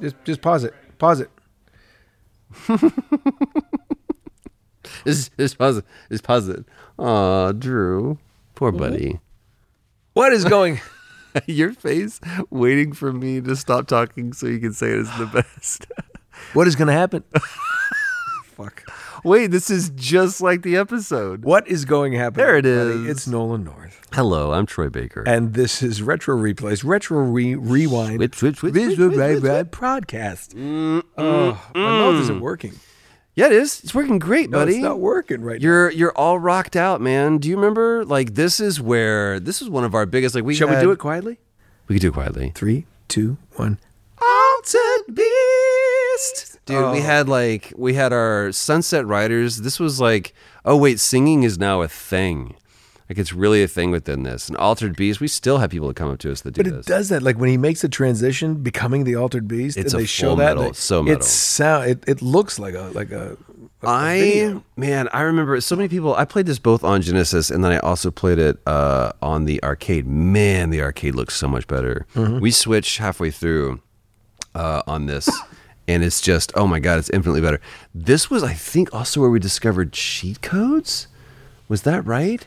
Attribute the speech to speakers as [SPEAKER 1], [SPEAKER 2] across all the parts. [SPEAKER 1] Just just pause it. Pause it.
[SPEAKER 2] It's it's puzzle. It's puzzle. Aw, Drew, poor buddy.
[SPEAKER 1] What is going?
[SPEAKER 2] Hmm? Your face waiting for me to stop talking so you can say it is the best.
[SPEAKER 1] what is going to happen? Fuck.
[SPEAKER 2] Wait, this is just like the episode.
[SPEAKER 1] What is going to happen?
[SPEAKER 2] There it
[SPEAKER 1] everybody?
[SPEAKER 2] is.
[SPEAKER 1] It's Nolan North,
[SPEAKER 2] Hello, I'm Troy Baker.
[SPEAKER 1] and this is Retro Replays, Retro Re- Rewind,
[SPEAKER 2] Whip, whip, whip,
[SPEAKER 1] This
[SPEAKER 2] whip,
[SPEAKER 1] is
[SPEAKER 2] whip,
[SPEAKER 1] my
[SPEAKER 2] whip,
[SPEAKER 1] bad podcast. Oh, my mouth isn't working,
[SPEAKER 2] yeah, it is. It's working great,
[SPEAKER 1] No,
[SPEAKER 2] buddy.
[SPEAKER 1] It's not working right now.
[SPEAKER 2] You're you're all rocked out, man. Do you remember? Like this is where this is one of our biggest. Like we
[SPEAKER 1] Shall we
[SPEAKER 2] had-
[SPEAKER 1] do it quietly?
[SPEAKER 2] We could do it quietly.
[SPEAKER 1] Three, two, one.
[SPEAKER 2] Altered Beast. Dude, we
[SPEAKER 1] Oh.
[SPEAKER 2] had like we had our Sunset Riders. This was like, oh wait, singing is now a thing. Like it's really a thing within this. And Altered Beast, we still have people that come up to us that do
[SPEAKER 1] But it
[SPEAKER 2] this.
[SPEAKER 1] does that, like when he makes the transition, becoming the altered beast,
[SPEAKER 2] It's
[SPEAKER 1] and
[SPEAKER 2] a
[SPEAKER 1] they show
[SPEAKER 2] full
[SPEAKER 1] that.
[SPEAKER 2] metal,
[SPEAKER 1] they-
[SPEAKER 2] so metal.
[SPEAKER 1] It's sound. It, it looks like a like a. a- a
[SPEAKER 2] I
[SPEAKER 1] video.
[SPEAKER 2] man, I remember so many people. I played this both on Genesis and then I also played it uh, on the arcade. Man, the arcade looks so much better.
[SPEAKER 1] Mm-hmm.
[SPEAKER 2] We switched halfway through uh, on this, and it's just oh my god, it's infinitely better. This was, I think, also where we discovered cheat codes. Was that right?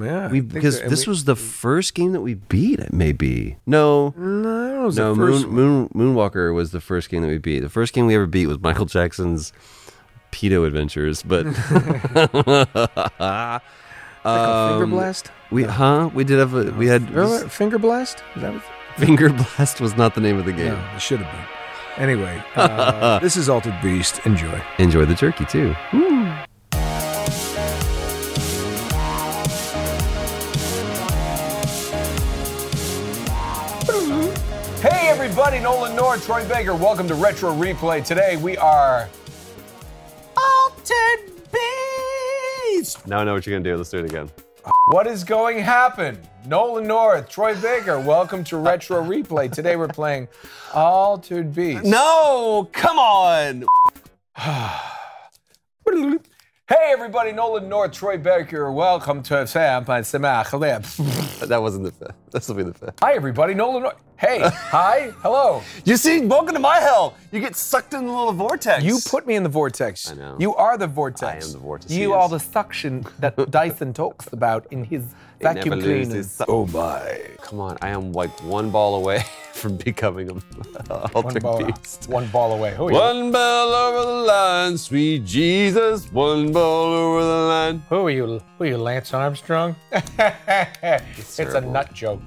[SPEAKER 1] yeah, I
[SPEAKER 2] We
[SPEAKER 1] think
[SPEAKER 2] because
[SPEAKER 1] so, and
[SPEAKER 2] this
[SPEAKER 1] we-
[SPEAKER 2] was the first game that we beat. It may be no.
[SPEAKER 1] No, I don't know, Mm, it was
[SPEAKER 2] No,
[SPEAKER 1] the first
[SPEAKER 2] Moon, Moon, Moonwalker was the first game that we beat. The first game we ever beat was Michael Jackson's Pedo Adventures, but
[SPEAKER 1] finger blast.
[SPEAKER 2] we huh we did have a we had
[SPEAKER 1] Remember finger blast? Is that what?
[SPEAKER 2] Finger Blast was not the name of the game.
[SPEAKER 1] No, it should have been. Anyway, uh, this is Altered Beast. Enjoy.
[SPEAKER 2] Enjoy the jerky too.
[SPEAKER 3] Hey everybody, Nolan North, Troy Baker. Welcome to Retro Replay. Today we are Altered Beast.
[SPEAKER 2] Now I know what you're gonna do. Let's do it again.
[SPEAKER 3] What is going happen? Nolan North, Troy Baker. Welcome to Retro Replay. Today we're playing Altered Beast.
[SPEAKER 2] No, come on.
[SPEAKER 3] Hey everybody, Nolan North, Troy Baker. Welcome to Sam and Samach.
[SPEAKER 2] That wasn't the fifth. That's will be the fifth.
[SPEAKER 3] Hi everybody, Nolan North. Hey, hi, hello.
[SPEAKER 2] You see, welcome to my hell. You get sucked in the little vortex.
[SPEAKER 3] You put me in the vortex. I
[SPEAKER 2] know.
[SPEAKER 3] You are the vortex.
[SPEAKER 2] I am the vortex,
[SPEAKER 3] You
[SPEAKER 2] yes.
[SPEAKER 3] are the suction that Dyson talks about in his vacuum cleaner.
[SPEAKER 2] oh my. Come on, I am like one ball away from becoming a
[SPEAKER 3] One
[SPEAKER 2] ultra
[SPEAKER 3] ball,
[SPEAKER 2] beast.
[SPEAKER 3] one ball away. Who are you?
[SPEAKER 2] One ball over the line, sweet Jesus. One ball over the line.
[SPEAKER 3] Who are you? Who are you, Lance Armstrong? it's a
[SPEAKER 2] terrible.
[SPEAKER 3] nut joke.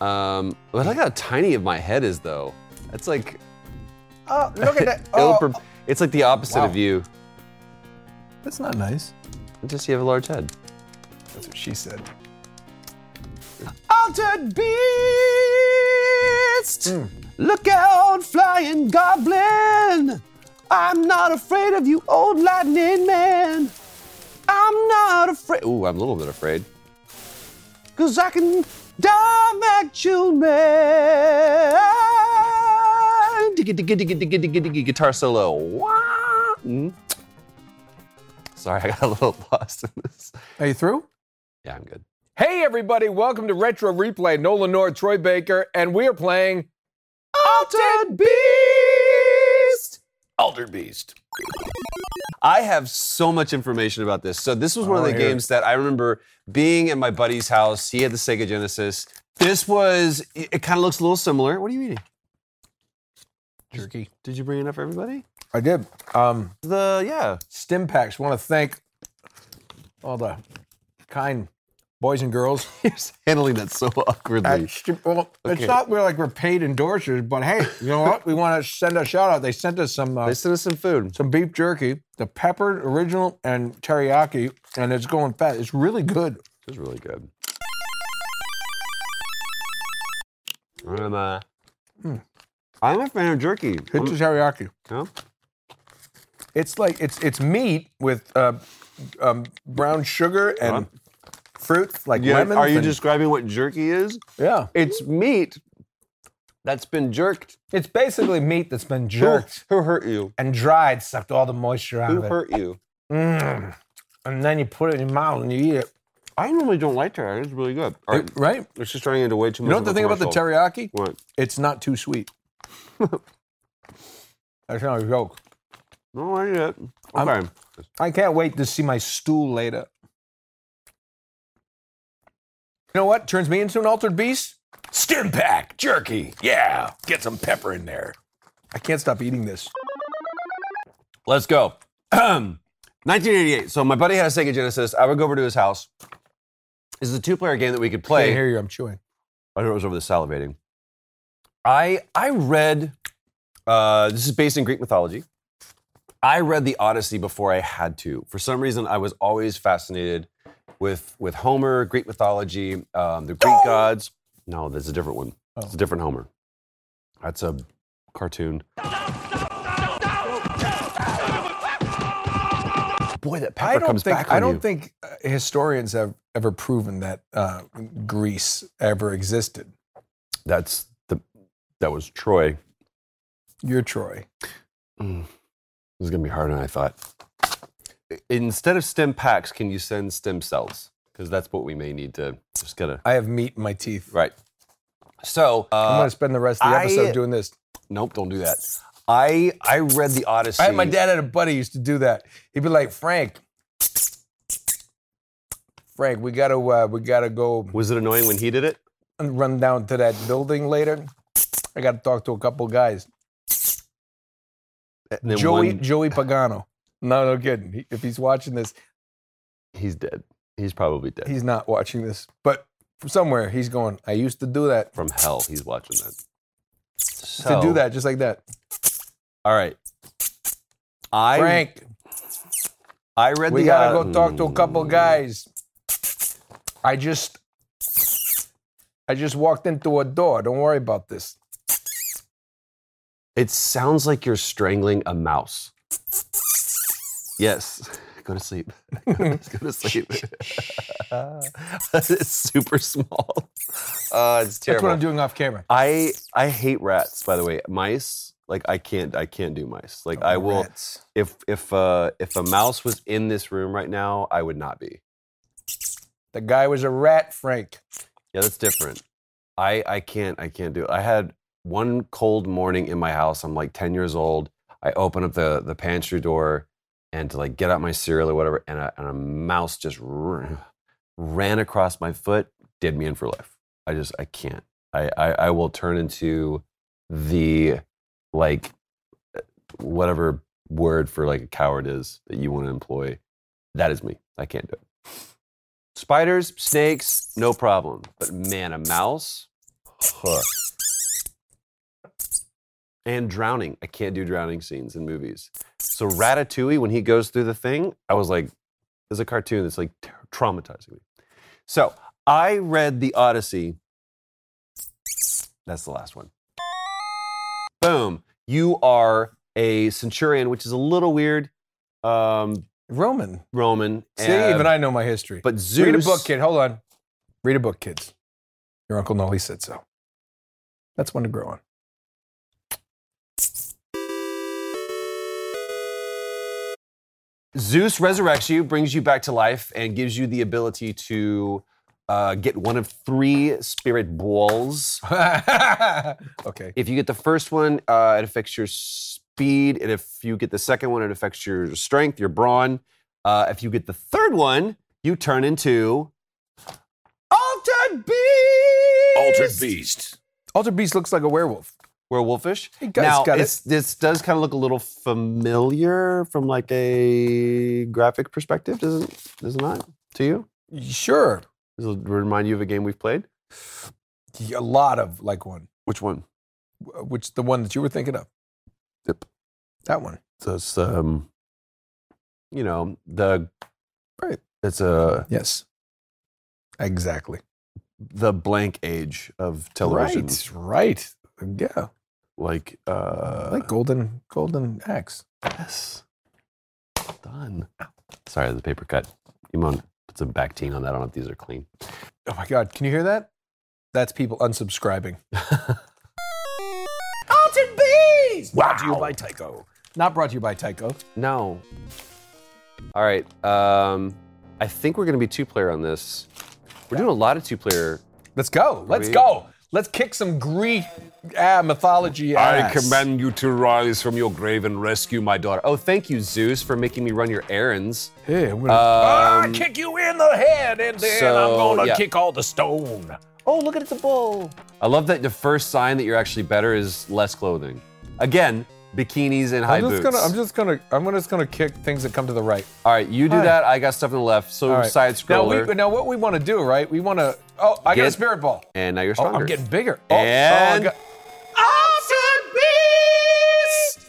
[SPEAKER 2] Um, but look how tiny of my head is, though. That's like
[SPEAKER 3] Oh, look at that.
[SPEAKER 2] ill
[SPEAKER 3] Oh,
[SPEAKER 2] pro- it's like the opposite
[SPEAKER 3] wow.
[SPEAKER 2] of you.
[SPEAKER 1] That's not nice.
[SPEAKER 2] It's just you have a large head.
[SPEAKER 3] that's what she said.
[SPEAKER 2] Altered beast,
[SPEAKER 3] Hmm.
[SPEAKER 2] look out, flying goblin! I'm not afraid of you, old lightning man. I'm not afraid. Ooh, I'm a little bit afraid. Cause I can dive at you, man. Digga, digga, digga, digga, digga, digga, Guitar solo. Wah. Mm. Sorry, I got a little lost in this.
[SPEAKER 3] Are you through?
[SPEAKER 2] Yeah, I'm good.
[SPEAKER 3] Hey, everybody! Welcome to Retro Replay. Nolan North, Troy Baker, and we are playing Altered Beast. Altered Beast.
[SPEAKER 2] I have so much information about this. So this was one
[SPEAKER 1] I
[SPEAKER 2] of the
[SPEAKER 1] wanna hear
[SPEAKER 2] games that I remember being in my buddy's house. He had the Sega Genesis. This was. It, kind of looks a little similar. What are you eating?
[SPEAKER 3] Jerky.
[SPEAKER 2] Did you bring enough for everybody?
[SPEAKER 1] I did. Um,
[SPEAKER 2] The yeah.
[SPEAKER 1] Stim packs. Want to thank all the kind boys and girls.
[SPEAKER 2] You're handling that so awkwardly.
[SPEAKER 1] At Stim- well,
[SPEAKER 2] Okay.
[SPEAKER 1] it's not we're like we're paid endorsers, but hey, you know what? We want to send a shout out. They sent us some uh,
[SPEAKER 2] they sent us some food.
[SPEAKER 1] some beef jerky, the peppered original and teriyaki, and it's going fat. It's really good.
[SPEAKER 2] It was really good. I'm, uh, I'm a fan of jerky.
[SPEAKER 1] Hit the teriyaki.
[SPEAKER 2] Yeah.
[SPEAKER 1] It's like it's it's meat with uh, um, brown sugar and fruits like
[SPEAKER 2] Yeah,
[SPEAKER 1] lemons.
[SPEAKER 2] Are you
[SPEAKER 1] and-
[SPEAKER 2] describing what jerky is?
[SPEAKER 1] yeah?
[SPEAKER 2] It's meat that's been jerked.
[SPEAKER 1] It's basically meat that's been
[SPEAKER 2] Who-
[SPEAKER 1] jerked
[SPEAKER 2] Who, hurt you?
[SPEAKER 1] and dried, sucked all the moisture out
[SPEAKER 2] Who
[SPEAKER 1] of it,
[SPEAKER 2] hurt you?
[SPEAKER 1] Mm. and then you put it in your mouth and you eat it.
[SPEAKER 2] I normally don't like teriyaki. It's really good. All right,
[SPEAKER 1] Right?
[SPEAKER 2] it's just turning into way too
[SPEAKER 1] You
[SPEAKER 2] much.
[SPEAKER 1] know what
[SPEAKER 2] of
[SPEAKER 1] the
[SPEAKER 2] a
[SPEAKER 1] thing about the
[SPEAKER 2] commercial.
[SPEAKER 1] teriyaki?
[SPEAKER 2] What?
[SPEAKER 1] It's not too sweet. That's not a joke.
[SPEAKER 2] No, I get it.
[SPEAKER 1] I'm-
[SPEAKER 2] Okay.
[SPEAKER 1] I can't wait to see my stool later. You know what turns me into an altered beast?
[SPEAKER 4] Stim pack jerky. Yeah, get some pepper in there.
[SPEAKER 1] I can't stop eating this.
[SPEAKER 2] Let's go. 1988. So my buddy had a Sega Genesis. I would go over to his house. This is a two-player game that we could
[SPEAKER 1] I
[SPEAKER 2] play.
[SPEAKER 1] can't hear you. I'm chewing.
[SPEAKER 2] I know it was over the salivating. I I read. Uh, this is based in Greek mythology. I read the Odyssey before I had to. For some reason, I was always fascinated with with Homer, Greek mythology, um, the Greek gods. No, that's a different one.
[SPEAKER 1] Oh.
[SPEAKER 2] It's a different Homer. That's a cartoon. Boy, that pepper
[SPEAKER 1] I don't
[SPEAKER 2] comes
[SPEAKER 1] think
[SPEAKER 2] back on
[SPEAKER 1] I don't
[SPEAKER 2] you.
[SPEAKER 1] think uh, historians have ever proven that uh, Greece ever existed.
[SPEAKER 2] that's the that was Troy.
[SPEAKER 1] You're Troy.
[SPEAKER 2] Mm. This is going to be harder than I thought. Instead of stem packs, can you send stem cells? Because that's what we may need to just get a.
[SPEAKER 1] I have meat in my teeth.
[SPEAKER 2] Right. So,
[SPEAKER 1] I'm
[SPEAKER 2] uh,
[SPEAKER 1] going to spend the rest of the
[SPEAKER 2] I-
[SPEAKER 1] episode doing this.
[SPEAKER 2] nope, don't do that. I I read the Odyssey.
[SPEAKER 1] I had my dad had a buddy who used to do that. He'd be like, Frank, Frank, we gotta uh, we gotta go
[SPEAKER 2] Was it annoying when he did it?
[SPEAKER 1] and run down to that building later. I gotta talk to a couple guys.
[SPEAKER 2] And then
[SPEAKER 1] Joey
[SPEAKER 2] one-
[SPEAKER 1] Joey Pagano. No, no kidding. He, if he's watching this,
[SPEAKER 2] he's dead. He's probably dead.
[SPEAKER 1] he's not watching this. But from somewhere he's going, I used to do that.
[SPEAKER 2] From hell, he's watching that.
[SPEAKER 1] to
[SPEAKER 2] So-
[SPEAKER 1] do that, just like that.
[SPEAKER 2] All right. I
[SPEAKER 1] Frank,
[SPEAKER 2] I read
[SPEAKER 1] we
[SPEAKER 2] the.
[SPEAKER 1] gotta
[SPEAKER 2] uh,
[SPEAKER 1] go talk to a couple guys. I just I just walked into a door. Don't worry about this.
[SPEAKER 2] It sounds like you're strangling a mouse. Yes. Go to sleep. Go to sleep. it's super small. Uh, it's
[SPEAKER 1] That's what I'm
[SPEAKER 2] terrible.
[SPEAKER 1] doing off camera.
[SPEAKER 2] I I hate rats. By the way, mice. Like I can't I can't do mice. Like I will
[SPEAKER 1] Oh, Rats.
[SPEAKER 2] if if uh if a mouse was in this room right now, I would not be.
[SPEAKER 1] The guy was a rat, Frank.
[SPEAKER 2] Yeah, that's different. I I can't I can't do it. I had one cold morning in my house. I'm like 10 years old. I open up the the pantry door and to like get out my cereal or whatever, and a, and a mouse just r- ran across my foot, did me in for life. I just I can't. I I, I will turn into the like whatever word for like a coward is that you want to employ. That is me. I can't do it. Spiders, snakes, no problem. But man, a mouse, huh. And drowning. I can't do drowning scenes in movies. So Ratatouille, when he goes through the thing, I was like, there's a cartoon that's like ter- traumatizing me. So I read The Odyssey. That's the last one. Boom. You are a centurion, which is a little weird. Um,
[SPEAKER 1] Roman.
[SPEAKER 2] Roman.
[SPEAKER 1] See,
[SPEAKER 2] and-
[SPEAKER 1] even I know my history.
[SPEAKER 2] but Zeus.
[SPEAKER 1] Read a book, kid. Hold on. Read a book, kids. Your Uncle Nolly said so. That's one to grow on.
[SPEAKER 2] Zeus resurrects you, brings you back to life, and gives you the ability to uh, get one of three spirit balls.
[SPEAKER 1] okay.
[SPEAKER 2] If you get the first one, uh, it affects your speed, and if you get the second one, it affects your strength, your brawn. Uh, if you get the third one, you turn into altered beast.
[SPEAKER 4] Altered beast.
[SPEAKER 1] Altered Beast looks like a werewolf.
[SPEAKER 2] werewolfish.
[SPEAKER 1] He does
[SPEAKER 2] Now,
[SPEAKER 1] got it.
[SPEAKER 2] it's, this does kind of look a little familiar from like a graphic perspective, does it? Does it not to you?
[SPEAKER 1] Sure.
[SPEAKER 2] Does it remind you of a game we've played?
[SPEAKER 1] A lot of like one,
[SPEAKER 2] Which one?
[SPEAKER 1] wh- which the one that you were thinking of.
[SPEAKER 2] Yep.
[SPEAKER 1] That one.
[SPEAKER 2] So it's um, you know the
[SPEAKER 1] Right.
[SPEAKER 2] It's a
[SPEAKER 1] Yes. Exactly.
[SPEAKER 2] the blank age of television.
[SPEAKER 1] Right. Right. Yeah,
[SPEAKER 2] Like, uh,
[SPEAKER 1] like golden golden axe.
[SPEAKER 2] yes. Done. Sorry, the paper cut. Iman, put some Bactine on that. I don't know if these are clean.
[SPEAKER 1] Oh my god, can you hear that? That's people unsubscribing. Alton Bees. Wow. Brought to you by Tyco. Not brought to you by Tyco.
[SPEAKER 2] No. All right. Um, I think we're going to be two player on this. We're doing a lot of two player.
[SPEAKER 1] Let's go. Let's
[SPEAKER 2] we-
[SPEAKER 1] go. Let's kick some Greek ah, mythology. ass.
[SPEAKER 2] you to rise from your grave and rescue my daughter. Oh, thank you, Zeus, for making me run your errands.
[SPEAKER 1] Hey, I'm
[SPEAKER 2] Um,
[SPEAKER 1] gonna Ah, kick you in the head, and then
[SPEAKER 2] so,
[SPEAKER 1] I'm gonna
[SPEAKER 2] yeah.
[SPEAKER 1] kick all the stone. Oh, look at it, it's a bull.
[SPEAKER 2] I love that the first sign that you're actually better is less clothing. Again, bikinis and high
[SPEAKER 1] I'm just
[SPEAKER 2] boots.
[SPEAKER 1] gonna, I'm just gonna, I'm just gonna kick things that come to the right.
[SPEAKER 2] All right, you do
[SPEAKER 1] Hi.
[SPEAKER 2] that. I got stuff on the left. So
[SPEAKER 1] All right.
[SPEAKER 2] side
[SPEAKER 1] Now,
[SPEAKER 2] scroller,
[SPEAKER 1] we, now what we want to do, right? We want to. Oh, I got a
[SPEAKER 2] Get-
[SPEAKER 1] spirit ball.
[SPEAKER 2] and now you're
[SPEAKER 1] Oh,
[SPEAKER 2] stronger.
[SPEAKER 1] I'm getting bigger. Oh,
[SPEAKER 2] And-
[SPEAKER 1] oh, I got- Alton
[SPEAKER 2] Yes,
[SPEAKER 1] Beast.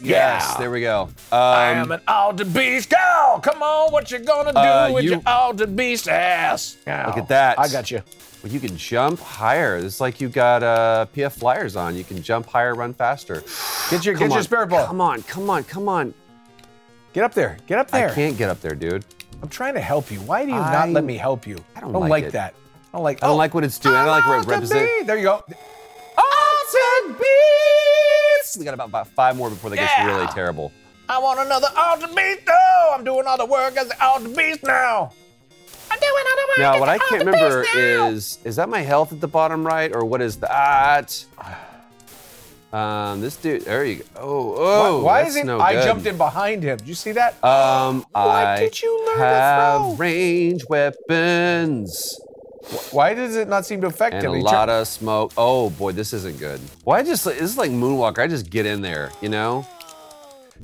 [SPEAKER 1] Yeah.
[SPEAKER 2] there we go. Um,
[SPEAKER 1] I am an Alton Beast. Go! Come on, what you gonna do
[SPEAKER 2] Uh,
[SPEAKER 1] with
[SPEAKER 2] you-
[SPEAKER 1] your Alton Beast ass?
[SPEAKER 2] Look at that.
[SPEAKER 1] I got you.
[SPEAKER 2] Well, you can jump higher. It's like you got uh, PF flyers on. You can jump higher, run faster.
[SPEAKER 1] Get your,
[SPEAKER 2] Come
[SPEAKER 1] get your
[SPEAKER 2] on,
[SPEAKER 1] spirit ball.
[SPEAKER 2] Come on, come on, come on.
[SPEAKER 1] Get up there. Get up there.
[SPEAKER 2] I can't get up there, dude.
[SPEAKER 1] I'm trying to help you. Why do you not
[SPEAKER 2] I-
[SPEAKER 1] let me help you?
[SPEAKER 2] I don't like it.
[SPEAKER 1] that. I don't like.
[SPEAKER 2] I don't like what it's doing. I don't like where it
[SPEAKER 1] Alton
[SPEAKER 2] represents.
[SPEAKER 1] Beast. There you go. Alton Beast.
[SPEAKER 2] We got about, about five more before that gets
[SPEAKER 1] Yeah.
[SPEAKER 2] really terrible.
[SPEAKER 1] I want another Alton Beast. Oh, I'm doing all the work as the Alton Beast now. I'm doing all the work.
[SPEAKER 2] Now,
[SPEAKER 1] as
[SPEAKER 2] what
[SPEAKER 1] the
[SPEAKER 2] I can't
[SPEAKER 1] Alton
[SPEAKER 2] remember
[SPEAKER 1] Beast now.
[SPEAKER 2] is is that my health at the bottom right or what is that? Um, this dude, there you go. Oh, oh,
[SPEAKER 1] Why, why
[SPEAKER 2] that's
[SPEAKER 1] is it?
[SPEAKER 2] no
[SPEAKER 1] I
[SPEAKER 2] good.
[SPEAKER 1] jumped in behind him. Did you see that?
[SPEAKER 2] Um,
[SPEAKER 1] Why
[SPEAKER 2] I
[SPEAKER 1] did you learn to
[SPEAKER 2] have
[SPEAKER 1] throw?
[SPEAKER 2] range weapons
[SPEAKER 1] Why does it not seem to affect
[SPEAKER 2] and
[SPEAKER 1] him?
[SPEAKER 2] a
[SPEAKER 1] He
[SPEAKER 2] lot
[SPEAKER 1] turned-
[SPEAKER 2] of smoke. Oh boy, this isn't good. Why just this is like Moonwalker? I just get in there, you know.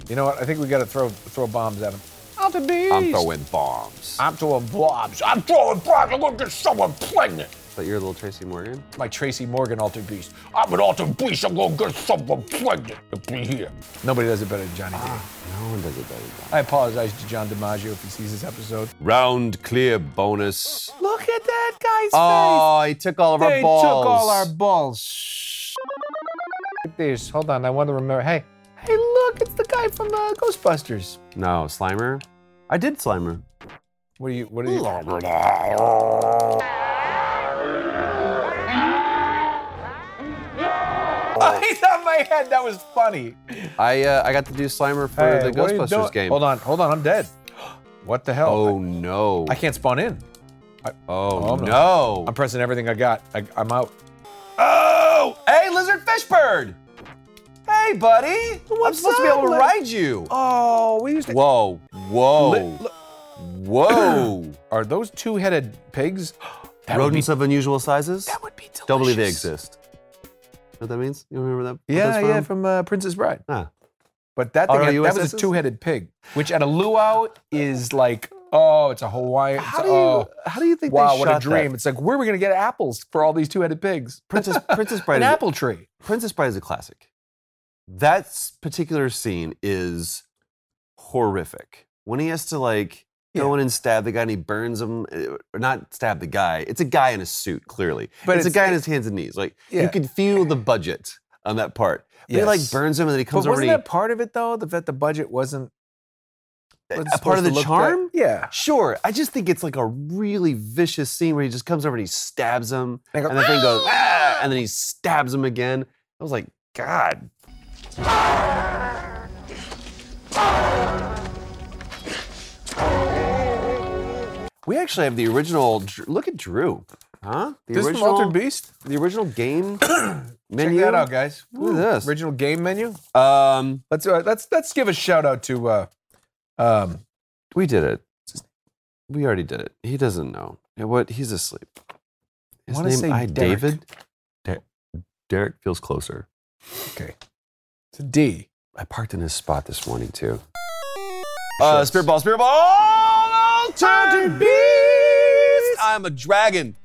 [SPEAKER 1] you know what? I think we got to throw throw bombs at him. Alton Beast.
[SPEAKER 2] I'm throwing bombs.
[SPEAKER 1] I'm throwing blobs. I'm throwing blobs. I'm gonna get someone pregnant.
[SPEAKER 2] But you're a little Tracy Morgan.
[SPEAKER 1] My Tracy Morgan altered beast. I'm an altered beast. I'm gonna get someone pregnant to be here. Nobody does it better than Johnny D.
[SPEAKER 2] No one does it better. than that.
[SPEAKER 1] Ah. I apologize to John DiMaggio if he sees this episode.
[SPEAKER 2] Round clear bonus.
[SPEAKER 1] Look at that guy's
[SPEAKER 2] Oh, he took all of
[SPEAKER 1] face. They
[SPEAKER 2] our balls.
[SPEAKER 1] took all our balls. Look at this. Hold on. I want to remember. Hey, hey, look! It's the guy from uh, Ghostbusters.
[SPEAKER 2] No, Slimer. I did Slimer.
[SPEAKER 1] What are you? What are you? I thought in my head that was funny.
[SPEAKER 2] I uh, I got to do Slimer for
[SPEAKER 1] Hey,
[SPEAKER 2] the
[SPEAKER 1] what are you doing?
[SPEAKER 2] Ghostbusters game.
[SPEAKER 1] Hold on, hold on, I'm dead. What the hell?
[SPEAKER 2] Oh no.
[SPEAKER 1] I can't spawn in.
[SPEAKER 2] oh
[SPEAKER 1] Oh, no.
[SPEAKER 2] no.
[SPEAKER 1] I'm pressing everything I got. I, I'm out.
[SPEAKER 2] Oh! Hey, lizard fish bird. Hey, buddy.
[SPEAKER 1] What's
[SPEAKER 2] I'm supposed to be
[SPEAKER 1] up,
[SPEAKER 2] able to
[SPEAKER 1] li-
[SPEAKER 2] ride you.
[SPEAKER 1] Oh, we used to.
[SPEAKER 2] Whoa! Whoa!
[SPEAKER 1] Li- li-
[SPEAKER 2] Whoa!
[SPEAKER 1] Are those two-headed pigs? That would be-
[SPEAKER 2] Rodents of unusual sizes.
[SPEAKER 1] that would be delicious.
[SPEAKER 2] Don't believe they exist. Know what that means? You remember that? what
[SPEAKER 1] Yeah,
[SPEAKER 2] that's
[SPEAKER 1] yeah, from uh, Princess Bride.
[SPEAKER 2] Ah.
[SPEAKER 1] But that thing, that was a
[SPEAKER 2] ROUSSs?
[SPEAKER 1] two-headed pig, which at a luau is like, oh, it's a Hawaiian.
[SPEAKER 2] How
[SPEAKER 1] it's-
[SPEAKER 2] do you?
[SPEAKER 1] oh,
[SPEAKER 2] how do you think?
[SPEAKER 1] wow,
[SPEAKER 2] they
[SPEAKER 1] what a
[SPEAKER 2] shot that?
[SPEAKER 1] dream! It's like, where are we gonna get apples for all these two-headed pigs?
[SPEAKER 2] Princess Princess Bride.
[SPEAKER 1] An
[SPEAKER 2] is-
[SPEAKER 1] apple tree.
[SPEAKER 2] Princess Bride is a classic. That s- particular scene is horrific. When he has to like go
[SPEAKER 1] Yeah.
[SPEAKER 2] in and stab the guy and he burns him, eh, or not stab the guy. It's a guy in a suit, clearly.
[SPEAKER 1] But
[SPEAKER 2] But it's,
[SPEAKER 1] it's-
[SPEAKER 2] a guy on his hands and knees. Like
[SPEAKER 1] Yeah.
[SPEAKER 2] you can feel the budget on that part. But He like
[SPEAKER 1] Yes.
[SPEAKER 2] burns him and then he
[SPEAKER 1] But
[SPEAKER 2] comes over
[SPEAKER 1] wasn't
[SPEAKER 2] and
[SPEAKER 1] that part of it though? The, that the budget wasn't
[SPEAKER 2] he,
[SPEAKER 1] wasn't
[SPEAKER 2] a part
[SPEAKER 1] supposed
[SPEAKER 2] of
[SPEAKER 1] to
[SPEAKER 2] the
[SPEAKER 1] look
[SPEAKER 2] charm.
[SPEAKER 1] That, yeah.
[SPEAKER 2] Sure, I just think it's like a really vicious scene where he just comes over and he stabs him,
[SPEAKER 1] And
[SPEAKER 2] and,
[SPEAKER 1] go,
[SPEAKER 2] the thing goes, "Ah," and then he stabs him again. I was like, God, we actually have the original. Dr- Look at Drew, huh? The
[SPEAKER 1] This from
[SPEAKER 2] original,
[SPEAKER 1] Altered Beast.
[SPEAKER 2] the original game
[SPEAKER 1] Check
[SPEAKER 2] menu.
[SPEAKER 1] that out, guys.
[SPEAKER 2] Look at this.
[SPEAKER 1] Original game menu.
[SPEAKER 2] Um,
[SPEAKER 1] Let's uh, let's let's give a shout out to uh, um,
[SPEAKER 2] we did it. We already did it. He doesn't know. You know what? He's asleep. His
[SPEAKER 1] wanna
[SPEAKER 2] name
[SPEAKER 1] say
[SPEAKER 2] I
[SPEAKER 1] Derek.
[SPEAKER 2] David. Der- Derek feels closer.
[SPEAKER 1] to D.
[SPEAKER 2] I parked in his spot this morning too. Uh, spirit ball, spirit ball, altered beast. I'm a dragon.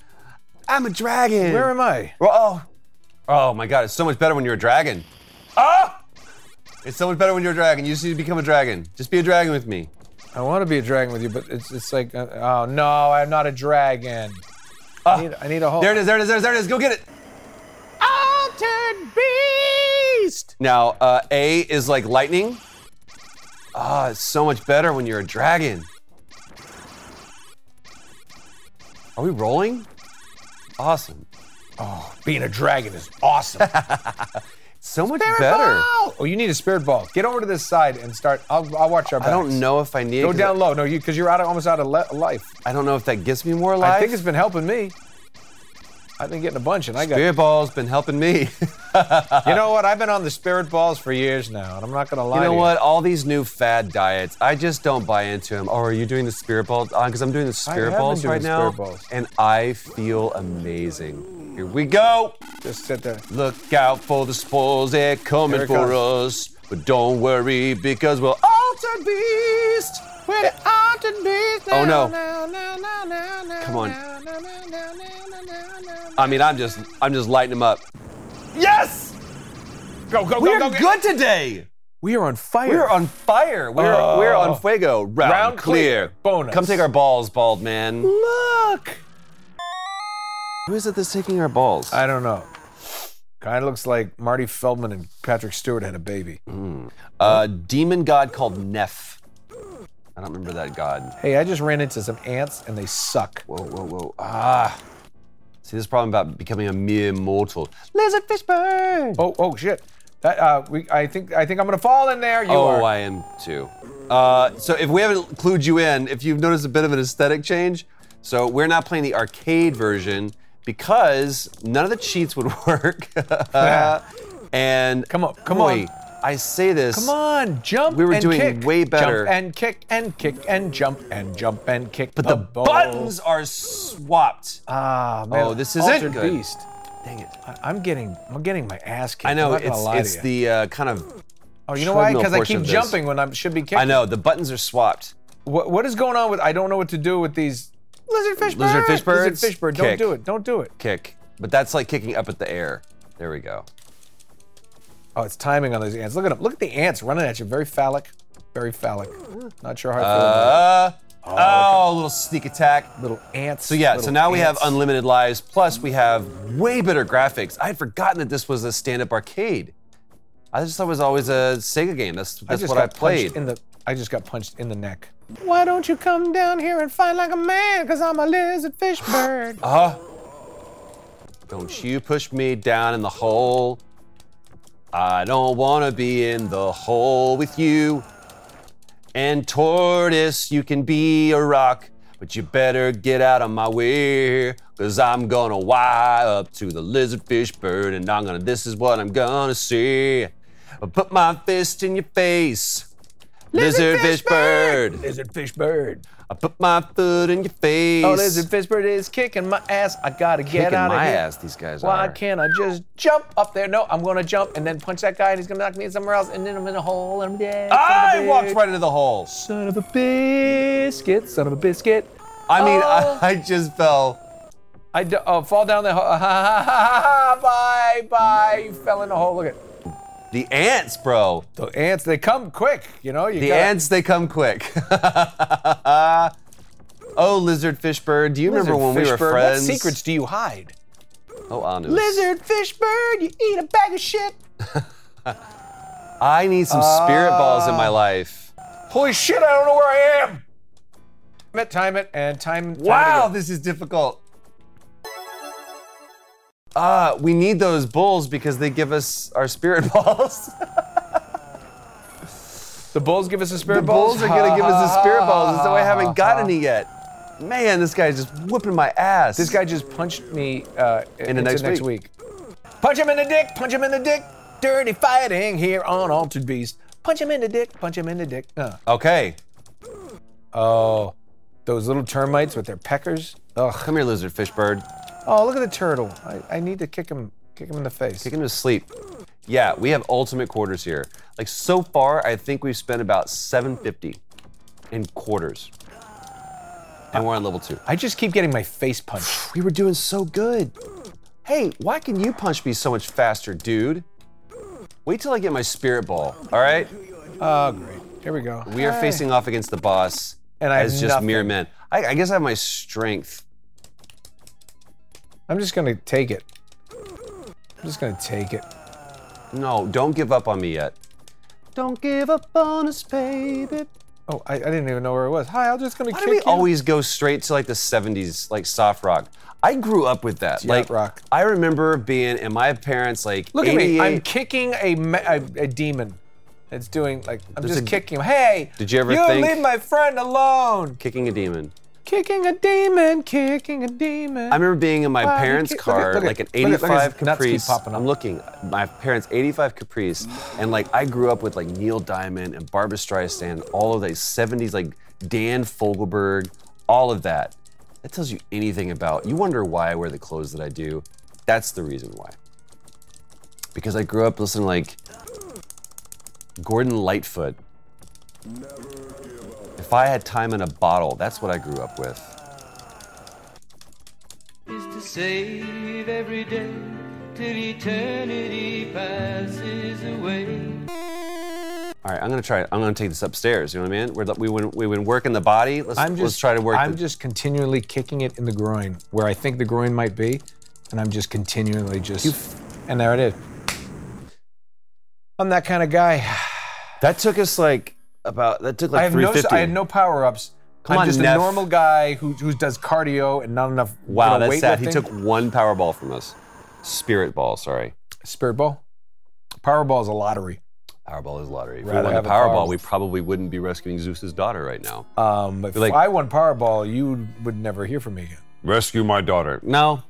[SPEAKER 2] I'm a dragon.
[SPEAKER 1] Where am I?
[SPEAKER 2] Oh, oh my God! It's so much better when you're a dragon. Ah! It's so much better when you're a dragon. You just need to become a dragon. Just be a dragon with me.
[SPEAKER 1] I want to be a dragon with you, but it's it's like uh, oh no, I'm not a dragon. Ah, I need I need a whole.
[SPEAKER 2] There it is. There it is. There it is. There it is. Go get it. Altered beast.
[SPEAKER 1] beast.
[SPEAKER 2] Now, uh, A is like lightning. Ah, it's so much better when you're a dragon. Are we rolling? Awesome. oh,
[SPEAKER 1] Being a dragon is awesome.
[SPEAKER 2] So much better.
[SPEAKER 1] oh, you need a spirit ball. Get over to this side and start. I'll, I'll watch our backs.
[SPEAKER 2] I don't know if I need.
[SPEAKER 1] Go
[SPEAKER 2] 'cause
[SPEAKER 1] down low. No, you because you're out of, almost out of le- life.
[SPEAKER 2] I, I don't know if that gives me more life.
[SPEAKER 1] I think it's been helping me. I've been getting a bunch, and I got.
[SPEAKER 2] Spirit ball's been helping me.
[SPEAKER 1] You know what? I've been on the spirit balls for years now, and I'm not gonna lie.
[SPEAKER 2] You know
[SPEAKER 1] to
[SPEAKER 2] what? All these new fad diets, I just don't buy into them. Oh, are you doing the spirit ball? Because I'm doing the
[SPEAKER 1] have
[SPEAKER 2] spirit
[SPEAKER 1] been
[SPEAKER 2] balls
[SPEAKER 1] doing
[SPEAKER 2] right
[SPEAKER 1] the
[SPEAKER 2] now,
[SPEAKER 1] spirit balls.
[SPEAKER 2] and I feel amazing. Here we go.
[SPEAKER 1] Just sit there.
[SPEAKER 2] Look out for the spoils, they're coming
[SPEAKER 1] Here it
[SPEAKER 2] for us. But don't worry, because we're altered beast.
[SPEAKER 1] We're the altered beast.
[SPEAKER 2] Oh, no.
[SPEAKER 1] Now, now, now, now, now,
[SPEAKER 2] Come on.
[SPEAKER 1] now, now, now, now, now, now, now, now.
[SPEAKER 2] I mean, I'm just, I'm just lighting them up. Yes,
[SPEAKER 1] Go, go, go,
[SPEAKER 2] we're
[SPEAKER 1] go, go.
[SPEAKER 2] good today.
[SPEAKER 1] We are on fire.
[SPEAKER 2] We're on fire. We're,
[SPEAKER 1] Oh.
[SPEAKER 2] we're on fuego. Round,
[SPEAKER 1] Round clear. Bonus.
[SPEAKER 2] Come take our balls, bald man.
[SPEAKER 1] Look.
[SPEAKER 2] Who is it that's taking our balls?
[SPEAKER 1] I don't know. Kind of looks like Marty Feldman and Patrick Stewart had a baby.
[SPEAKER 2] A Uh, demon god called Neph. I don't remember that god.
[SPEAKER 1] Hey, I just ran into some ants and they suck.
[SPEAKER 2] Whoa, whoa, whoa. Ah. See, this problem about becoming a mere mortal. Lizard fishburne!
[SPEAKER 1] Oh, oh shit. That uh, we, I think, I think I'm gonna fall in there. You are.
[SPEAKER 2] Oh, I am too. Uh, so if we haven't clued you in, if you've noticed a bit of an aesthetic change, so we're not playing the arcade version because none of the cheats would work. and
[SPEAKER 1] Come on, come
[SPEAKER 2] boy,
[SPEAKER 1] on.
[SPEAKER 2] I say this.
[SPEAKER 1] Come on, jump.
[SPEAKER 2] We were
[SPEAKER 1] and
[SPEAKER 2] doing
[SPEAKER 1] kick.
[SPEAKER 2] way better.
[SPEAKER 1] Jump and kick and kick and jump and jump and kick.
[SPEAKER 2] But the
[SPEAKER 1] ball.
[SPEAKER 2] buttons are swapped.
[SPEAKER 1] Ah, man.
[SPEAKER 2] Oh, this isn't
[SPEAKER 1] Altered
[SPEAKER 2] good.
[SPEAKER 1] Beast.
[SPEAKER 2] Dang it.
[SPEAKER 1] I- I'm getting, I'm getting my ass kicked.
[SPEAKER 2] I know
[SPEAKER 1] I'm not gonna
[SPEAKER 2] it's
[SPEAKER 1] lie to
[SPEAKER 2] it's
[SPEAKER 1] you.
[SPEAKER 2] the uh, kind of
[SPEAKER 1] Oh, you know why?
[SPEAKER 2] treadmill
[SPEAKER 1] Because I
[SPEAKER 2] portion
[SPEAKER 1] keep
[SPEAKER 2] of this.
[SPEAKER 1] jumping when I should be kicking.
[SPEAKER 2] I know the buttons are swapped.
[SPEAKER 1] What, what is going on with? I don't know what to do with these lizard fish
[SPEAKER 2] Lizard
[SPEAKER 1] birds.
[SPEAKER 2] fish birds?
[SPEAKER 1] Lizard fish bird. Don't
[SPEAKER 2] Kick.
[SPEAKER 1] do it. Don't do it.
[SPEAKER 2] Kick, but that's like kicking up at the air. There we go.
[SPEAKER 1] Oh, it's timing on those ants. Look at them. Look at the ants running at you. Very phallic. Very phallic. Not sure how I feel. about
[SPEAKER 2] Uh, oh, a little sneak attack.
[SPEAKER 1] it. little ants.
[SPEAKER 2] Uh, So yeah, so now we have unlimited lives. Plus we have way better graphics. I had forgotten that this was a stand-up arcade. I just thought it was always a Sega game. That's
[SPEAKER 1] I
[SPEAKER 2] that's
[SPEAKER 1] just
[SPEAKER 2] what I
[SPEAKER 1] got
[SPEAKER 2] played.
[SPEAKER 1] punched in the. I just got punched in the neck. Why don't you come down here and fight like a man? Cause I'm a lizard fish bird.
[SPEAKER 2] Don't you push me down in the hole. I don't want to be in the hole with you. And tortoise, you can be a rock, but you better get out of my way. Cause I'm gonna wire up to the lizard fish bird, and I'm gonna, this is what I'm gonna see. I'll put my fist in your face. Lizard, fish, bird.
[SPEAKER 1] lizard fish bird.
[SPEAKER 2] I put my foot in your face.
[SPEAKER 1] Oh, lizard fish bird is kicking my ass. I gotta get
[SPEAKER 2] Kicking
[SPEAKER 1] out of
[SPEAKER 2] my
[SPEAKER 1] here.
[SPEAKER 2] ass, these guys
[SPEAKER 1] Why
[SPEAKER 2] are.
[SPEAKER 1] can't I just jump up there? No, I'm gonna jump and then punch that guy, and he's gonna knock me somewhere else, and then I'm in a hole, and I'm dead. son of a
[SPEAKER 2] I walked
[SPEAKER 1] bitch.
[SPEAKER 2] right into the hole.
[SPEAKER 1] Son of a biscuit, son of a biscuit.
[SPEAKER 2] I mean,
[SPEAKER 1] Oh.
[SPEAKER 2] I, I just fell.
[SPEAKER 1] I d- oh, fall down the hole. bye, bye. You fell in the hole. Look at
[SPEAKER 2] The ants, bro.
[SPEAKER 1] the ants. They come quick. You know, you
[SPEAKER 2] The
[SPEAKER 1] gotta-
[SPEAKER 2] ants, they come quick. oh, lizard fish bird, do you
[SPEAKER 1] Lizard
[SPEAKER 2] remember when we
[SPEAKER 1] fish
[SPEAKER 2] were
[SPEAKER 1] bird,
[SPEAKER 2] friends?
[SPEAKER 1] What secrets do you hide?
[SPEAKER 2] Oh, Anu.
[SPEAKER 1] Lizard fish bird, you eat a bag of shit.
[SPEAKER 2] I need some spirit balls in my
[SPEAKER 1] Ah.
[SPEAKER 2] life.
[SPEAKER 1] Holy shit! I don't know where I am. Time it, time it, and time. time it
[SPEAKER 2] Wow,
[SPEAKER 1] again.
[SPEAKER 2] this is difficult. Ah, we need those bulls because they give us our spirit balls.
[SPEAKER 1] The bulls give us a spirit
[SPEAKER 2] the bulls are gonna give us the spirit balls, and so I haven't got any yet. Man, this guy's just whooping my ass.
[SPEAKER 1] This guy just punched me uh, into
[SPEAKER 2] next
[SPEAKER 1] next week. Punch him in the dick. Punch him in the dick. Dirty fighting here on Altered Beast. Punch him in the dick. Punch him in the dick. Uh.
[SPEAKER 2] Okay,
[SPEAKER 1] Oh, those little termites with their peckers. Ugh.
[SPEAKER 2] come here, lizard fish bird.
[SPEAKER 1] Oh, look at the turtle. I, I need to kick him. Kick him in the face.
[SPEAKER 2] Taking him to sleep. Yeah, we have ultimate quarters here. Like so far, I think we've spent about 750 in quarters. And we're on level two.
[SPEAKER 1] I just keep getting my face punched.
[SPEAKER 2] We were doing so good. Hey, why can you punch me so much faster, dude? Wait till I get my spirit ball. All right,
[SPEAKER 1] Oh, great. Here we go.
[SPEAKER 2] we are facing off against the boss
[SPEAKER 1] And I have
[SPEAKER 2] as just mere
[SPEAKER 1] nothing.
[SPEAKER 2] men. I, I guess I have my strength.
[SPEAKER 1] I'm just gonna take it. I'm just gonna take it.
[SPEAKER 2] No, don't give up on me yet. Don't give up on us, baby.
[SPEAKER 1] Oh, I, I didn't even know where it was. Hi, I'm just gonna
[SPEAKER 2] Why
[SPEAKER 1] kick
[SPEAKER 2] do we
[SPEAKER 1] you.
[SPEAKER 2] always go straight to like the 70s, like soft rock? I grew up with that.
[SPEAKER 1] yacht
[SPEAKER 2] like
[SPEAKER 1] rock.
[SPEAKER 2] I remember being in my parents like
[SPEAKER 1] Look at me. I'm
[SPEAKER 2] 88
[SPEAKER 1] kicking a me- a, a demon. It's doing like I'm
[SPEAKER 2] There's
[SPEAKER 1] just
[SPEAKER 2] a-
[SPEAKER 1] kicking him. Hey,
[SPEAKER 2] Did you ever
[SPEAKER 1] you
[SPEAKER 2] think-
[SPEAKER 1] leave my friend alone?
[SPEAKER 2] kicking a demon.
[SPEAKER 1] Kicking a demon, kicking a demon.
[SPEAKER 2] I remember being in my
[SPEAKER 1] Wow,
[SPEAKER 2] parents'
[SPEAKER 1] look at- look at-
[SPEAKER 2] car,
[SPEAKER 1] look at-
[SPEAKER 2] like an
[SPEAKER 1] look at- look at
[SPEAKER 2] 85
[SPEAKER 1] his nuts keep
[SPEAKER 2] Caprice.
[SPEAKER 1] popping up.
[SPEAKER 2] I'm looking, my parents' 85 Caprice, and like I grew up with like Neil Diamond and Barbra Streisand, all of those 70s, like Dan Fogelberg, all of that. That tells you anything about. You wonder why I wear the clothes that I do. That's the reason why. Because I grew up listening to like Gordon Lightfoot. If I had time in a bottle, that's what I grew up with.
[SPEAKER 5] is to save every day till eternity passes away.
[SPEAKER 2] All right, I'm gonna try. I'm gonna take this upstairs. You know what I mean? We're, we went we been working the body. Let's
[SPEAKER 1] I'm just
[SPEAKER 2] let's try to work.
[SPEAKER 1] I'm
[SPEAKER 2] the-
[SPEAKER 1] just continually kicking it in the groin where I think the groin might be, and I'm just continually just. and there it is. I'm that kind of guy.
[SPEAKER 2] that took us like about that took like
[SPEAKER 1] I have no
[SPEAKER 2] 350.
[SPEAKER 1] I had no power ups.
[SPEAKER 2] Come
[SPEAKER 1] I'm
[SPEAKER 2] on,
[SPEAKER 1] just
[SPEAKER 2] Neff.
[SPEAKER 1] a normal guy who, who does cardio and not enough. you
[SPEAKER 2] wow,
[SPEAKER 1] know,
[SPEAKER 2] that's sad. He
[SPEAKER 1] weightlifting.
[SPEAKER 2] took one power ball from us. Spirit ball, sorry.
[SPEAKER 1] spirit ball. Powerball is a lottery.
[SPEAKER 2] Powerball is lottery. If we
[SPEAKER 1] Rather
[SPEAKER 2] won the
[SPEAKER 1] have a
[SPEAKER 2] Powerball,
[SPEAKER 1] Powerball.
[SPEAKER 2] we probably wouldn't be rescuing Zeus's daughter right now.
[SPEAKER 1] Um, if
[SPEAKER 2] Like-
[SPEAKER 1] I won Powerball, you would never hear from me again.
[SPEAKER 2] Rescue my daughter. No,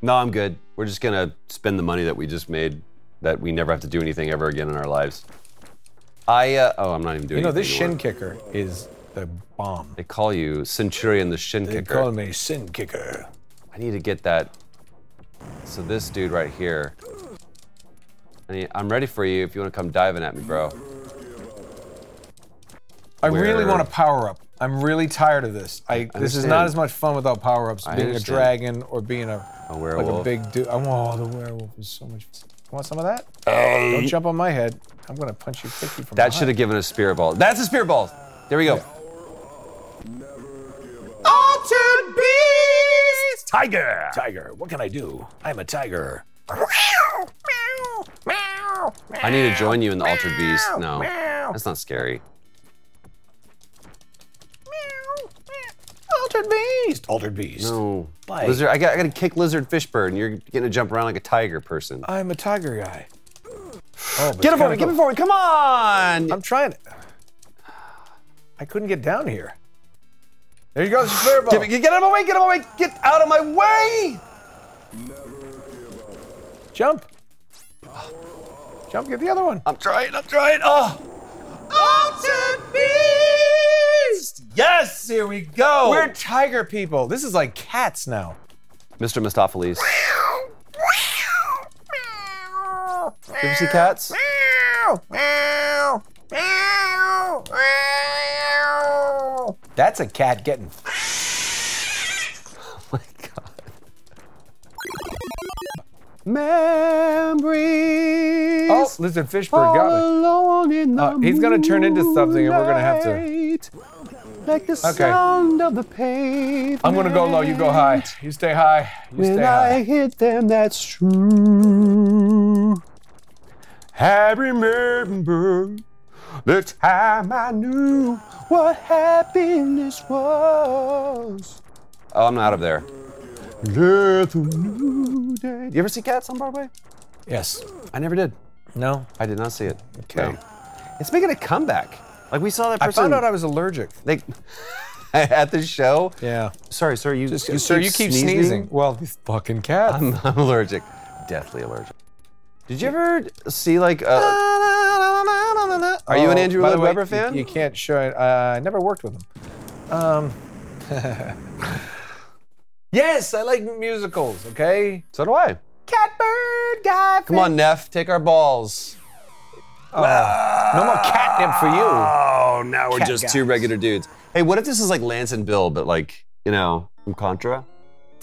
[SPEAKER 2] no, I'm good. We're just gonna spend the money that we just made, that we never have to do anything ever again in our lives. I uh, oh, I'm not even doing.
[SPEAKER 1] You know, this
[SPEAKER 2] anything
[SPEAKER 1] shin
[SPEAKER 2] anymore.
[SPEAKER 1] kicker is the bomb.
[SPEAKER 2] They call you Centurion the Shin
[SPEAKER 1] They
[SPEAKER 2] Kicker.
[SPEAKER 1] call me sin kicker.
[SPEAKER 2] I need to get that. So this dude right here. I need, I'm ready for you if you want to come diving at me, bro.
[SPEAKER 1] I
[SPEAKER 2] Where-
[SPEAKER 1] really want a power up. I'm really tired of this. I, this is
[SPEAKER 2] understand.
[SPEAKER 1] not as much fun without power ups.
[SPEAKER 2] I
[SPEAKER 1] Being a
[SPEAKER 2] understand.
[SPEAKER 1] dragon or being
[SPEAKER 2] A
[SPEAKER 1] a, like a
[SPEAKER 2] Oh, werewolf.
[SPEAKER 1] big dude. I want oh, the werewolf is so much. Fun. Want some of that? Don't jump on my head. I'm gonna punch you 50 from
[SPEAKER 2] Um, That should have given us spirit balls. That's a spirit balls. There we go. Altered beast. Tiger.
[SPEAKER 1] tiger. What can I do? I'm a tiger.
[SPEAKER 2] I need to join you in the altered beast. No, that's not scary.
[SPEAKER 1] Altered beast. Altered beast.
[SPEAKER 2] No.
[SPEAKER 1] Bite.
[SPEAKER 2] Lizard. I got. I got to kick lizard fishbird, and you're getting to jump around like a tiger person.
[SPEAKER 1] I'm a tiger guy. Oh, but
[SPEAKER 2] Get
[SPEAKER 1] it's
[SPEAKER 2] him for
[SPEAKER 1] kinda
[SPEAKER 2] me. Get
[SPEAKER 1] cool.
[SPEAKER 2] him for me. Come on.
[SPEAKER 1] I'm trying. I couldn't get down here. There you go, it's a clear ball.
[SPEAKER 2] Get, get out of my way! Get out of my way! Get out of my way!
[SPEAKER 1] Jump. Jump, get the other one.
[SPEAKER 2] I'm trying. I'm trying. Oh, Ultimate Beast! Yes, here we go.
[SPEAKER 1] We're tiger people. This is like cats now.
[SPEAKER 2] Mr. Mistopheles. you ever see cats?
[SPEAKER 1] That's a cat getting.
[SPEAKER 2] Oh my god. Memories.
[SPEAKER 1] Oh, lizard fishbird got me.
[SPEAKER 2] along in the
[SPEAKER 1] Uh, he's gonna turn into something and we're gonna have to-
[SPEAKER 2] Like the
[SPEAKER 1] Okay. sound
[SPEAKER 2] of the pavement.
[SPEAKER 1] I'm gonna go low, you go high. You stay high. You stay
[SPEAKER 2] When I
[SPEAKER 1] high.
[SPEAKER 2] hit them, that's true. I remember the time I knew what happiness was. Oh, I'm out of there. Let the new day. You ever see Cats on Broadway?
[SPEAKER 1] Yes.
[SPEAKER 2] I never did.
[SPEAKER 1] No.
[SPEAKER 2] I did not see it.
[SPEAKER 1] Okay.
[SPEAKER 2] No. It's making a comeback. Like we saw that
[SPEAKER 1] I
[SPEAKER 2] person.
[SPEAKER 1] found out I was allergic.
[SPEAKER 2] like, at the show.
[SPEAKER 1] Yeah.
[SPEAKER 2] Sorry, sir. You,
[SPEAKER 1] Just,
[SPEAKER 2] you
[SPEAKER 1] sir, you keep sneezing. Well, these fucking cats.
[SPEAKER 2] I'm, I'm allergic, deathly allergic. Did you ever see like? uh are you an
[SPEAKER 1] Oh,
[SPEAKER 2] Andrew
[SPEAKER 1] by the
[SPEAKER 2] Lloyd
[SPEAKER 1] way,
[SPEAKER 2] Webber
[SPEAKER 1] you-
[SPEAKER 2] fan?
[SPEAKER 1] You, can't show it. Uh, I never worked with him. Um, yes, I like musicals. Okay.
[SPEAKER 2] so do I.
[SPEAKER 1] Catbird guy.
[SPEAKER 2] Come on, Neff, take our balls.
[SPEAKER 1] Ah. No more
[SPEAKER 2] Ah.
[SPEAKER 1] catnip for you.
[SPEAKER 2] Oh, now we're
[SPEAKER 1] Cat
[SPEAKER 2] just two
[SPEAKER 1] guys.
[SPEAKER 2] regular dudes. Hey, what if this is like Lance and Bill, but like you know from Contra?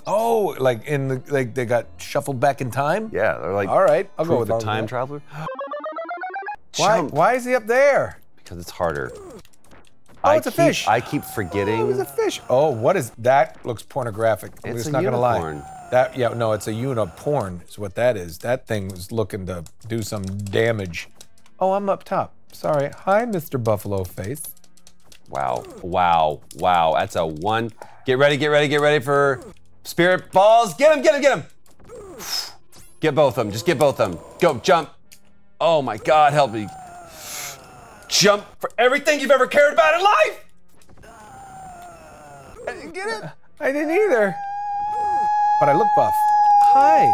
[SPEAKER 1] Oh, like in the like they got shuffled back in time.
[SPEAKER 2] Yeah, they're like
[SPEAKER 1] All right, I'll
[SPEAKER 2] prove
[SPEAKER 1] go with
[SPEAKER 2] the
[SPEAKER 1] all of
[SPEAKER 2] time
[SPEAKER 1] that.
[SPEAKER 2] traveler.
[SPEAKER 1] Why?
[SPEAKER 2] Jump,
[SPEAKER 1] Why is he up there?
[SPEAKER 2] because it's harder.
[SPEAKER 1] Oh,
[SPEAKER 2] I
[SPEAKER 1] it's a
[SPEAKER 2] keep-
[SPEAKER 1] fish.
[SPEAKER 2] I keep forgetting.
[SPEAKER 1] There's a fish. Oh, what is Oh, that? Looks pornographic. I'm
[SPEAKER 2] It's
[SPEAKER 1] just
[SPEAKER 2] a
[SPEAKER 1] not gonna lie.
[SPEAKER 2] unicorn.
[SPEAKER 1] That yeah, no, it's a unit porn is what that is. That thing was looking to do some damage. Oh, I'm up top. Sorry. Hi, Mr. Buffalo Face.
[SPEAKER 2] Wow. Wow. Wow. That's a one. Get ready, get ready, get ready for spirit balls. Get him, get him, get him. Get both of them. Just get both of them. Go, jump. Oh my God, help me. Jump for everything you've ever cared about in life.
[SPEAKER 1] I didn't get it. I didn't either. But I look buff. Hi.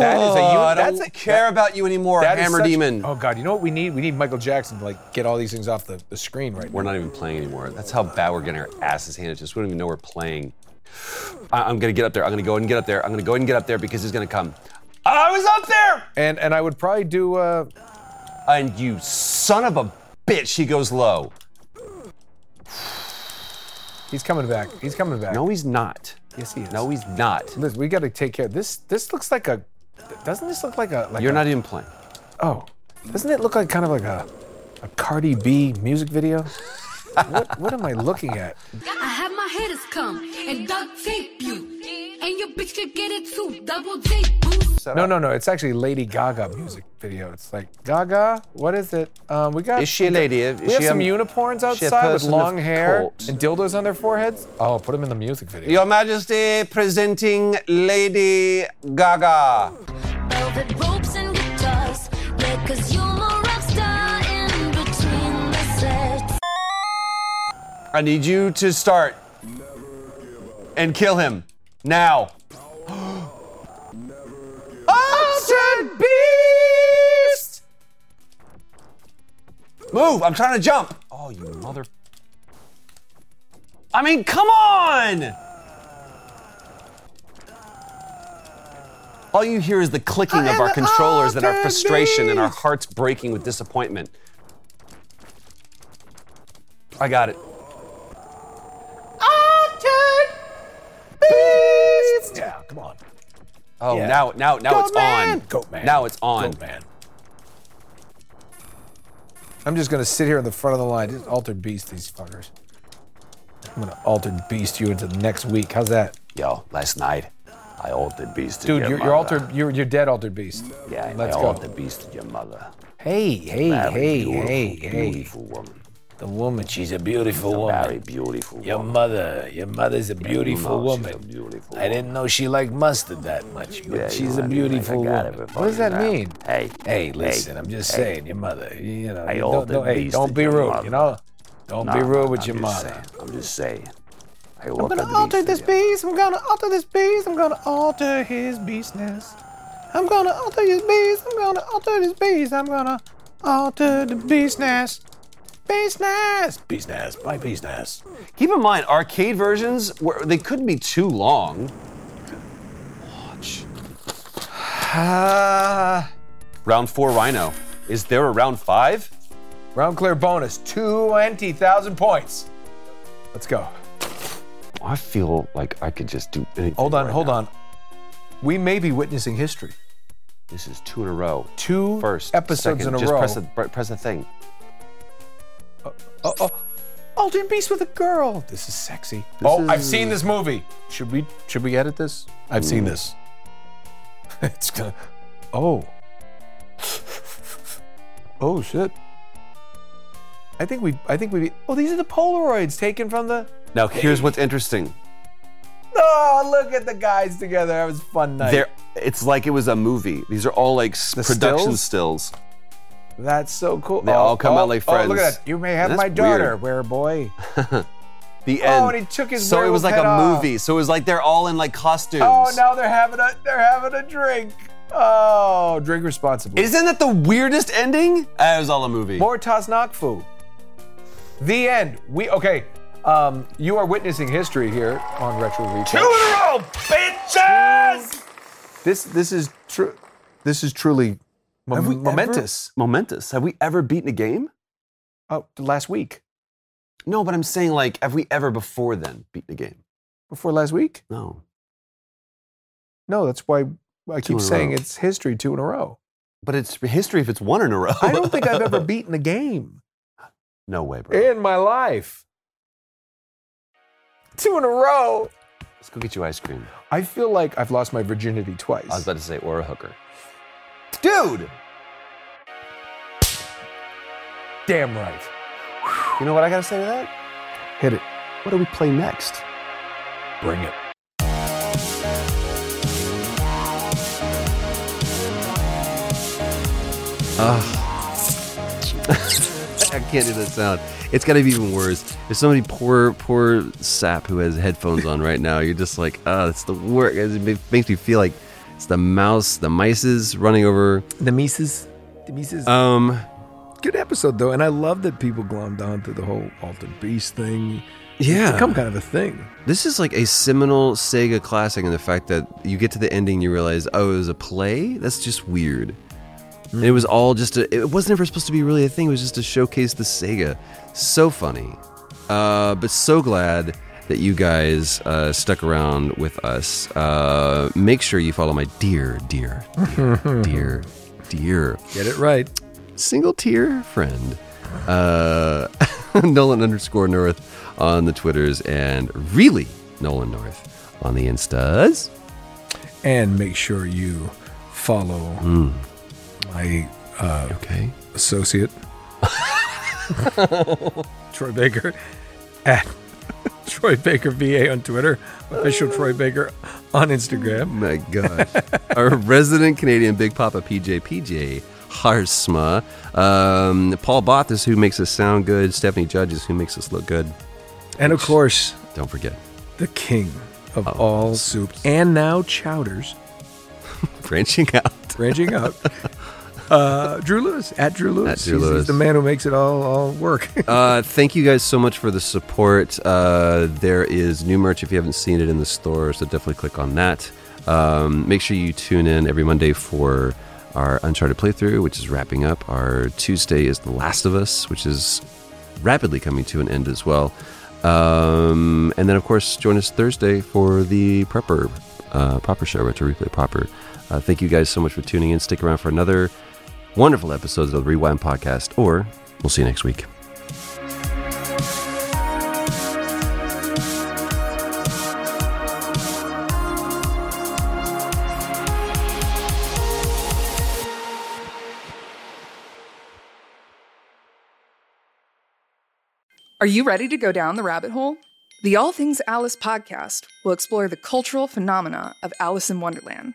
[SPEAKER 1] That is a
[SPEAKER 2] Oh, I
[SPEAKER 1] unit.
[SPEAKER 2] don't
[SPEAKER 1] That's a
[SPEAKER 2] care about you anymore,
[SPEAKER 1] that is
[SPEAKER 2] Hammer
[SPEAKER 1] such-
[SPEAKER 2] Demon.
[SPEAKER 1] Oh God, you know what we need? We need Michael Jackson to like get all these things off the, the screen right now.
[SPEAKER 2] We're not even playing anymore. That's how bad we're getting our asses handed to us. We don't even know we're playing. I- I'm gonna get up there. I'm gonna go and get up there. I'm gonna go and get up there because he's gonna come. I was up there,
[SPEAKER 1] And and I would probably do uh
[SPEAKER 2] and you son of a bitch, he goes low.
[SPEAKER 1] he's coming back. He's coming back.
[SPEAKER 2] No, he's not.
[SPEAKER 1] Yes, he is.
[SPEAKER 2] No, he's not.
[SPEAKER 1] Liz, we gotta take care. This this looks like a doesn't this look like a like
[SPEAKER 2] You're
[SPEAKER 1] a-
[SPEAKER 2] not even playing.
[SPEAKER 1] Oh, doesn't it look like kind of like a, a Cardi B music video? what, what am I looking at?
[SPEAKER 6] I have my haters come and duct tape you. And your bitch could get it too. Double date boost.
[SPEAKER 1] No, no, no. It's actually Lady Gaga music video. It's like Gaga. What is it? Um, we got.
[SPEAKER 2] Is she a lady? Is
[SPEAKER 1] we have
[SPEAKER 2] she a-
[SPEAKER 1] some unicorns
[SPEAKER 2] she a
[SPEAKER 1] outside with
[SPEAKER 2] person of
[SPEAKER 1] long hair
[SPEAKER 2] cult?
[SPEAKER 1] and dildos on their foreheads. Oh, put them in the music video.
[SPEAKER 2] Your Majesty presenting Lady Gaga.
[SPEAKER 7] velvet ropes and guitars. Yeah, cause you're a rock star in between the sets.
[SPEAKER 2] I need you to start and kill him now. Austin Beast! Move! I'm trying to jump. Oh, you mother! I mean, come on! All you hear is the clicking of our controllers and our frustration and our hearts breaking with disappointment. I got it.
[SPEAKER 1] Yeah, come on.
[SPEAKER 2] Oh,
[SPEAKER 1] Yeah.
[SPEAKER 2] now, now, now it's on.
[SPEAKER 1] Goat man.
[SPEAKER 2] Now it's on.
[SPEAKER 1] Goat man. I'm just gonna sit here in the front of the line. Just altered beast these fuckers. I'm gonna altered beast you into the next week. How's that?
[SPEAKER 2] Yo, last night I altered beast. to
[SPEAKER 1] Dude,
[SPEAKER 2] your
[SPEAKER 1] you're,
[SPEAKER 2] mother.
[SPEAKER 1] you're altered. You're you're dead, altered beast.
[SPEAKER 2] Yeah,
[SPEAKER 1] let's
[SPEAKER 2] I
[SPEAKER 1] go.
[SPEAKER 2] altered beast to your mother.
[SPEAKER 1] Hey, hey,
[SPEAKER 2] Very
[SPEAKER 1] hey,
[SPEAKER 2] beautiful,
[SPEAKER 1] hey, hey.
[SPEAKER 2] beautiful woman.
[SPEAKER 1] The woman, she's a beautiful
[SPEAKER 2] Very beautiful.
[SPEAKER 1] Your
[SPEAKER 2] woman.
[SPEAKER 1] mother, your mother's a beautiful
[SPEAKER 2] No, she's a
[SPEAKER 1] woman.
[SPEAKER 2] beautiful
[SPEAKER 1] I didn't know she liked mustard that much, but
[SPEAKER 2] Yeah,
[SPEAKER 1] she's
[SPEAKER 2] you
[SPEAKER 1] a
[SPEAKER 2] know,
[SPEAKER 1] beautiful
[SPEAKER 2] I got
[SPEAKER 1] woman.
[SPEAKER 2] everybody
[SPEAKER 1] What does that
[SPEAKER 2] now.
[SPEAKER 1] mean?
[SPEAKER 2] Hey,
[SPEAKER 1] Hey, listen, I'm just
[SPEAKER 2] hey.
[SPEAKER 1] saying, your mother, you know,
[SPEAKER 2] I
[SPEAKER 1] don't,
[SPEAKER 2] altered
[SPEAKER 1] don't, hey,
[SPEAKER 2] beast
[SPEAKER 1] don't
[SPEAKER 2] at
[SPEAKER 1] be
[SPEAKER 2] your
[SPEAKER 1] rude,
[SPEAKER 2] mother.
[SPEAKER 1] you know? Don't be
[SPEAKER 2] No,
[SPEAKER 1] rude
[SPEAKER 2] no,
[SPEAKER 1] with
[SPEAKER 2] I'm
[SPEAKER 1] your
[SPEAKER 2] just
[SPEAKER 1] mother.
[SPEAKER 2] saying, I'm just saying. I
[SPEAKER 1] I'm
[SPEAKER 2] altered
[SPEAKER 1] gonna
[SPEAKER 2] beast
[SPEAKER 1] alter
[SPEAKER 2] to
[SPEAKER 1] this
[SPEAKER 2] your-
[SPEAKER 1] beast. I'm gonna alter this beast. I'm gonna alter his beastness. I'm gonna alter his beast. I'm gonna alter this beast. I'm gonna alter the beastness. Beastness. Beastness. My beastness.
[SPEAKER 2] Keep in mind, arcade versions were they couldn't be too long. Watch. round four, Rhino. Is there a round five?
[SPEAKER 1] Round clear bonus. Twenty thousand points. Let's go.
[SPEAKER 2] I feel like I could just do anything.
[SPEAKER 1] Hold on.
[SPEAKER 2] right
[SPEAKER 1] hold
[SPEAKER 2] now.
[SPEAKER 1] on. We may be witnessing history.
[SPEAKER 2] This is two in a row.
[SPEAKER 1] Two
[SPEAKER 2] First,
[SPEAKER 1] episodes
[SPEAKER 2] second,
[SPEAKER 1] in a
[SPEAKER 2] just
[SPEAKER 1] row.
[SPEAKER 2] Press the, pr- press the thing. Uh,
[SPEAKER 1] Oh, oh. Alden Beast with a girl. This is sexy. oh, I've seen this movie. Should we should we edit this? I've seen
[SPEAKER 2] Mm.
[SPEAKER 1] this. it's gonna. Oh. oh shit. I think we. I think we. Oh, these are the Polaroids taken from the.
[SPEAKER 2] Now, here's what's interesting.
[SPEAKER 1] Oh, look at the guys together. That was a fun night.
[SPEAKER 2] There, it's like it was a movie. These are all like s-
[SPEAKER 1] The
[SPEAKER 2] production
[SPEAKER 1] stills?
[SPEAKER 2] stills?
[SPEAKER 1] That's so cool.
[SPEAKER 2] They all come out like
[SPEAKER 1] Oh, look at
[SPEAKER 2] friends.
[SPEAKER 1] that. You may have
[SPEAKER 2] That's
[SPEAKER 1] my daughter.
[SPEAKER 2] weird.
[SPEAKER 1] Where boy.
[SPEAKER 2] The end.
[SPEAKER 1] Oh, and he took his
[SPEAKER 2] so it was
[SPEAKER 1] werewolf
[SPEAKER 2] like
[SPEAKER 1] head
[SPEAKER 2] a
[SPEAKER 1] off.
[SPEAKER 2] movie. So it was like they're all in like costumes.
[SPEAKER 1] Oh, now they're having a. They're having a drink. Oh, drink responsibly.
[SPEAKER 2] Isn't that the weirdest ending? That was all a movie.
[SPEAKER 1] More Tasnakfu. The end. We okay. Um, you are witnessing history here on Retro Replay. Two in a row, bitches. This this is true. This is truly mom-
[SPEAKER 2] Have we
[SPEAKER 1] momentous.
[SPEAKER 2] ever- momentous. Have we ever beaten a game?
[SPEAKER 1] Oh, last week.
[SPEAKER 2] No, but I'm saying like, have we ever before then beaten a game?
[SPEAKER 1] Before last week.
[SPEAKER 2] No.
[SPEAKER 1] No, that's why I
[SPEAKER 2] Two in
[SPEAKER 1] keep
[SPEAKER 2] a
[SPEAKER 1] saying
[SPEAKER 2] row.
[SPEAKER 1] it's history two in a row.
[SPEAKER 2] But it's history if it's one in a row.
[SPEAKER 1] I don't think I've ever beaten a game
[SPEAKER 2] no way, bro.
[SPEAKER 1] in my life. Two in a row.
[SPEAKER 2] Let's go get you ice cream.
[SPEAKER 1] I feel like I've lost my virginity twice.
[SPEAKER 8] I was about to say, or a hooker.
[SPEAKER 1] Dude! Damn right.
[SPEAKER 8] You know what I gotta say to that?
[SPEAKER 1] Hit it.
[SPEAKER 8] What do we play next?
[SPEAKER 1] Bring it.
[SPEAKER 2] I can't do that sound. It's got to be even worse. If somebody poor, poor sap who has headphones on right now, you're just like, oh, it's the work. It ma- makes me feel like it's the mouse, the mice's running over.
[SPEAKER 3] The Mises. The Mises.
[SPEAKER 2] Um,
[SPEAKER 3] Good episode, though. And I love that people glommed on to the whole Altered Beast thing. It's
[SPEAKER 2] yeah,
[SPEAKER 3] become kind of a thing.
[SPEAKER 2] this is like a seminal Sega classic in the fact that you get to the ending, you realize, oh, it was a play. That's just weird. And it was all just a. It wasn't ever supposed to be really a thing. It was just to showcase the Sega. So funny, uh, but so glad that you guys uh, stuck around with us. Uh, make sure you follow my dear, dear, dear, dear, dear
[SPEAKER 3] Get it right.
[SPEAKER 2] single tier friend, uh, Nolan underscore North on the Twitters and really Nolan North on the Instas.
[SPEAKER 3] And make sure you follow my uh,
[SPEAKER 2] Okay.
[SPEAKER 3] associate, Troy Baker, at Troy Baker VA on Twitter, official Troy Baker on Instagram.
[SPEAKER 2] My gosh. Our resident Canadian Big Papa PJ PJ Harsma. Um, Paul Both is who makes us sound good. Stephanie Judge is who makes us look good.
[SPEAKER 3] And of course,
[SPEAKER 2] Don't forget,
[SPEAKER 3] the king of all soups and now chowders,
[SPEAKER 2] branching out.
[SPEAKER 3] branching out. Uh, Drew Lewis at Drew Lewis.
[SPEAKER 2] Drew
[SPEAKER 3] He's- he's
[SPEAKER 2] Lewis.
[SPEAKER 3] the man who makes it all all work.
[SPEAKER 2] Uh, thank you guys so much for the support. Uh, there is new merch if you haven't seen it in the store, so definitely click on that. Um, make sure you tune in every Monday for our Uncharted playthrough, which is wrapping up. Our Tuesday is The Last of Us, which is rapidly coming to an end as well. Um, and then, of course, join us Thursday for the Prepper uh, Proper Show, Retro Replay Proper. Uh, thank you guys so much for tuning in. Stick around for another wonderful episode of the Rewind Podcast, or we'll see you next week.
[SPEAKER 9] Are you ready to go down the rabbit hole? The All Things Alice podcast will explore the cultural phenomena of Alice in Wonderland.